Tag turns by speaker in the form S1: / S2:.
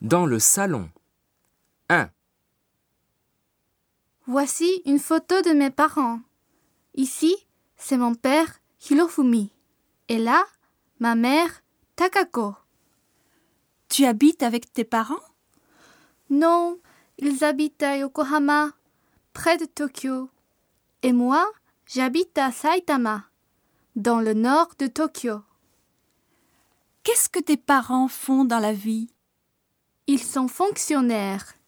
S1: Dans le salon. 1,
S2: Voici une photo de mes parents. Ici, c'est mon père, Hirofumi. Et là, ma mère, Takako.
S3: Tu habites avec tes parents
S2: Non, ils habitent à Yokohama, près de Tokyo. Et moi, j'habite à Saitama, dans le nord de Tokyo.
S3: Qu'est-ce que tes parents font dans la vie
S2: Ils sont fonctionnaires.